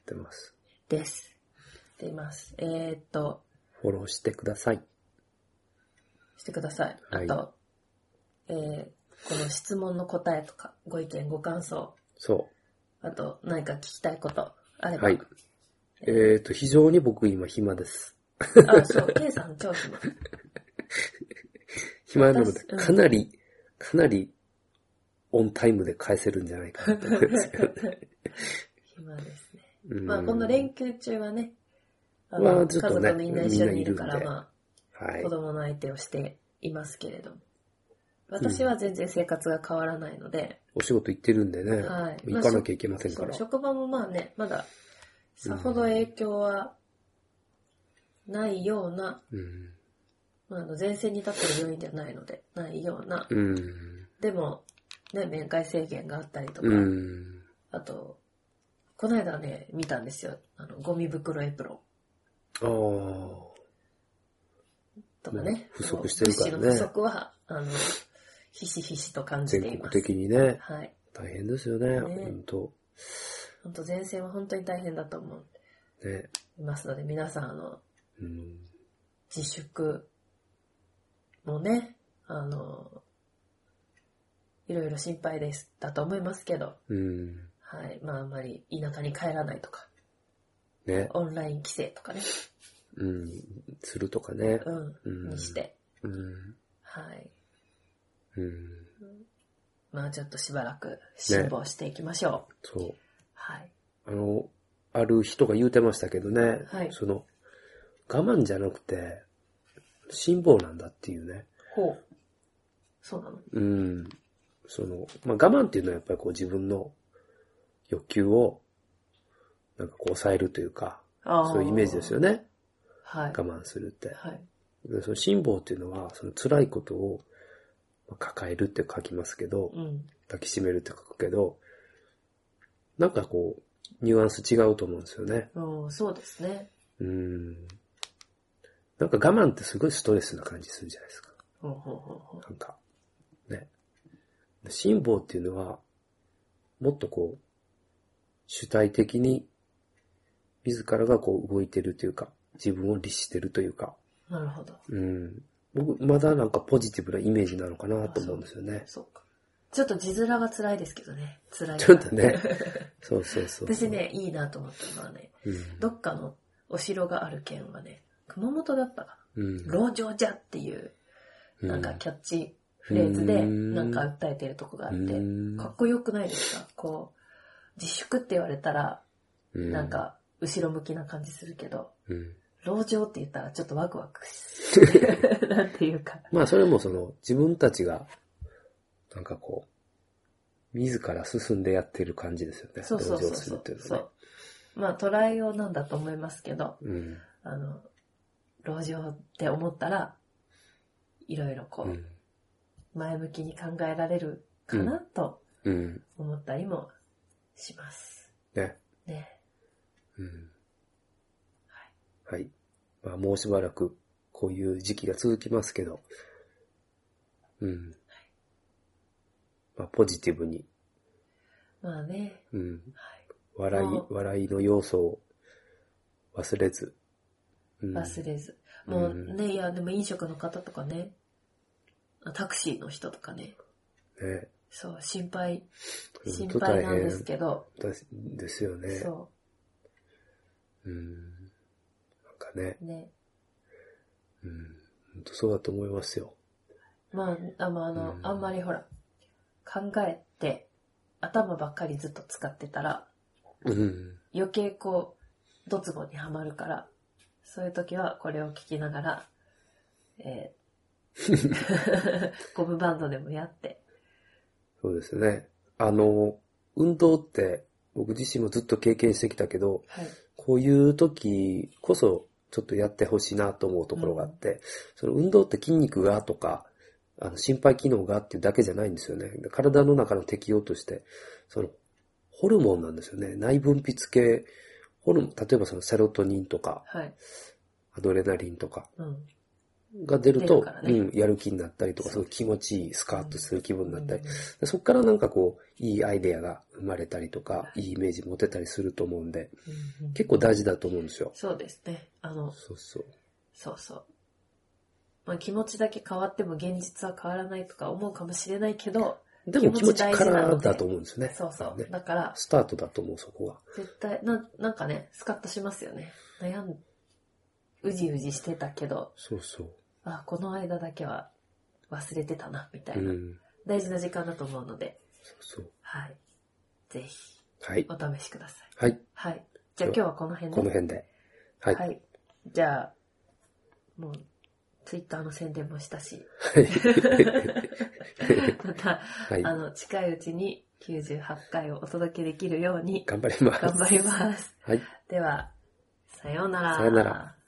Speaker 2: ってます。
Speaker 1: です。出ます。えー、っと、
Speaker 2: フォローしてください。
Speaker 1: してください。あ
Speaker 2: はい
Speaker 1: と、えー、この質問の答えとか、ご意見、ご感想、
Speaker 2: そ
Speaker 1: あと、何か聞きたいことあ
Speaker 2: う。
Speaker 1: れば。
Speaker 2: はい。えっ、ー、と、非常に僕今暇です。
Speaker 1: あ、 そう、ケイさん超暇。
Speaker 2: 暇なので、
Speaker 1: 私うん
Speaker 2: かなり、かなり、オンタイムで返せるんじゃないかなと思うんですけどね。
Speaker 1: 暇ですね。
Speaker 2: う ん
Speaker 1: まあ、この連休中はね、あ
Speaker 2: ま
Speaker 1: の、
Speaker 2: あずっ
Speaker 1: 家
Speaker 2: とね
Speaker 1: 族とみんな一緒にいるから、
Speaker 2: みんないるんで
Speaker 1: まあ、
Speaker 2: はい
Speaker 1: 子。供の相手をしていますけれども。私は全然生活が変わらないので、
Speaker 2: お仕事行ってるんでね、
Speaker 1: はい
Speaker 2: 行かなきゃいけませんか
Speaker 1: そう
Speaker 2: ら。
Speaker 1: 職場もまあね、まだ、さほど影響はないような、
Speaker 2: うん。
Speaker 1: まあ、あの前線に立ってる病院じゃないので、ないような。
Speaker 2: うん。
Speaker 1: でも、ね、面会制限があったりとか、
Speaker 2: うん。
Speaker 1: あと、この間ね、見たんですよ。あの、ゴミ袋エプロン
Speaker 2: ああ。
Speaker 1: とか
Speaker 2: もう
Speaker 1: ね。
Speaker 2: 不足してるからね
Speaker 1: 物資の不足は、あの、ひしひしと感じ
Speaker 2: 全
Speaker 1: ていま
Speaker 2: 国
Speaker 1: す。
Speaker 2: 的にね、
Speaker 1: はい。
Speaker 2: 大変ですよね、
Speaker 1: ね
Speaker 2: 本当
Speaker 1: 本当前線は本当に大変だと思
Speaker 2: ね。
Speaker 1: いますので、皆さん、あの、
Speaker 2: うん。
Speaker 1: 自粛もね、あの、いろいろ心配です、だと思いますけど、
Speaker 2: うん。
Speaker 1: はい。まあ、あんまり田舎に帰らないとか、
Speaker 2: ね。
Speaker 1: オンライン規制とかね、
Speaker 2: うん。するとかね。
Speaker 1: うん、
Speaker 2: うん。
Speaker 1: にして、
Speaker 2: うん。
Speaker 1: はい。
Speaker 2: うん。
Speaker 1: まあ、ちょっとしばらく辛抱していきましょう。
Speaker 2: そう。
Speaker 1: はい。
Speaker 2: あの、ある人が言うてましたけどね、
Speaker 1: はい
Speaker 2: その、我慢じゃなくて、辛抱なんだっていうね。
Speaker 1: ほう。そうなの
Speaker 2: うん。その、まあ、我慢っていうのはやっぱりこう自分の欲求を、なんかこう抑えるというか、
Speaker 1: あー
Speaker 2: そういうイメージですよ。ね。
Speaker 1: はい。
Speaker 2: 我慢するって。
Speaker 1: はい。
Speaker 2: でその辛抱っていうのは、その辛いことをまあ抱えるって書きますけど、
Speaker 1: うん。
Speaker 2: 抱きしめるって書くけど、なんかこう、ニュアンス違うと思うんですよね。
Speaker 1: うん、そうですね。
Speaker 2: うん。なんか我慢ってすごいストレスな感じするじゃないですか。
Speaker 1: ほうほうほうほう。
Speaker 2: なんか、ね。辛抱っていうのは、もっとこう、主体的に、自らがこう動いてるというか、自分を律してるというか、
Speaker 1: なるほど。
Speaker 2: うん。僕、まだなんかポジティブなイメージなのかなと思うんですよね。
Speaker 1: そうか。ちょっと字面は辛いですけどね。辛い。
Speaker 2: ちょっと ね。そうそうそう。
Speaker 1: 私。ね、いいなと思ったのはね、
Speaker 2: うん。
Speaker 1: どっかのお城がある県はね、熊本だったか
Speaker 2: うん
Speaker 1: な。老城じゃっていう、
Speaker 2: う
Speaker 1: なんかキャッチフレーズで、
Speaker 2: うん
Speaker 1: なんか訴えてるとこがあって
Speaker 2: う、ん
Speaker 1: かっこよくないですかこう、自粛って言われたら、
Speaker 2: うん
Speaker 1: なんか、後ろ向きな感じするけど、
Speaker 2: うん
Speaker 1: 老城って言ったらちょっとワクワクし、 なんていうか。
Speaker 2: まあそれもその自分たちが、なんかこう、自ら進んでやってる感じですよね。
Speaker 1: そうそう
Speaker 2: 同
Speaker 1: そ
Speaker 2: 情
Speaker 1: う
Speaker 2: す
Speaker 1: そ
Speaker 2: るっ
Speaker 1: う
Speaker 2: ていう
Speaker 1: そ
Speaker 2: のはね
Speaker 1: う。まあ、トライ用なんだと思いますけど、
Speaker 2: うん。
Speaker 1: あの、老城って思ったら、いろいろこ
Speaker 2: う
Speaker 1: う、
Speaker 2: ん。
Speaker 1: 前向きに考えられるかなと
Speaker 2: うん。
Speaker 1: 思ったりもします。
Speaker 2: ね。
Speaker 1: ね。
Speaker 2: うん。はい。まあ、もうしばらくこういう時期が続きますけど、うん。まあ、ポジティブに、
Speaker 1: まあね。
Speaker 2: うん。
Speaker 1: はい
Speaker 2: 笑い
Speaker 1: も、
Speaker 2: 笑いの要素を忘れず、うん
Speaker 1: 忘れず。
Speaker 2: うん
Speaker 1: もうね、いや、でも飲食の方とかね、あタクシーの人とかね、
Speaker 2: ね。
Speaker 1: そう、心配、
Speaker 2: うん
Speaker 1: 心配なんですけど、
Speaker 2: だですよね。
Speaker 1: そ
Speaker 2: うん。なんかね、
Speaker 1: う、ね。
Speaker 2: うん。本当そうだと思いますよ。
Speaker 1: まあ、あまああの、
Speaker 2: うん
Speaker 1: あんまりほら、考えて、頭ばっかりずっと使ってたら、
Speaker 2: うん。
Speaker 1: 余計こう、ドツボにはまるから、そういう時はこれを聞きながら、え ー、ゴムバンドでもやって、
Speaker 2: そうですね。あの、運動って僕自身もずっと経験してきたけど、
Speaker 1: はい。
Speaker 2: こういう時こそちょっとやってほしいなと思うところがあって、その運動って筋肉がとか、あの心肺機能がっていうだけじゃないんですよね。体の中の適応として、そのホルモンなんですよね。内分泌系、ホルモン、例えばそのセロトニンとか、
Speaker 1: はい。
Speaker 2: アドレナリンとか
Speaker 1: うん。
Speaker 2: が出ると、
Speaker 1: 出るからね
Speaker 2: うん、やる気になったりとか、す
Speaker 1: そう
Speaker 2: ごい気持ちいい、スカッとする気分になったり、
Speaker 1: うん
Speaker 2: でそこからなんかこう、いいアイデアが生まれたりとか、いいイメージ持てたりすると思うんで、
Speaker 1: うん
Speaker 2: 結構大事だと思うんですよ。
Speaker 1: そうですね。あの、
Speaker 2: そうそう。
Speaker 1: そうそう。まあ気持ちだけ変わっても現実は変わらないとか思うかもしれないけど、
Speaker 2: でも気持
Speaker 1: 気持
Speaker 2: ち
Speaker 1: ち
Speaker 2: か
Speaker 1: 大事な
Speaker 2: ら
Speaker 1: ので
Speaker 2: だと思うんですよね。
Speaker 1: そうそう。
Speaker 2: ね
Speaker 1: だから、
Speaker 2: スタートだと思う、そこが。
Speaker 1: 絶対、ななんかね、スカッとしますよね。悩ん、うじうじしてたけど、
Speaker 2: そうそう。
Speaker 1: あ、この間だけは忘れてたな、みたいうな。
Speaker 2: ん。
Speaker 1: 大事な時間だと思うので、
Speaker 2: そうそう。
Speaker 1: はい。ぜひ、
Speaker 2: はい。
Speaker 1: お試しください。
Speaker 2: はい。
Speaker 1: はい。じゃあ今日はこの辺で。
Speaker 2: この辺で。はい。
Speaker 1: はい。じゃあ、もう、ツイッターの宣伝もしたし、 また、
Speaker 2: はい。
Speaker 1: あの、近いうちに98回をお届けできるように
Speaker 2: 頑張ります。
Speaker 1: 頑張ります。
Speaker 2: はい。
Speaker 1: では、さようなら。
Speaker 2: さようなら。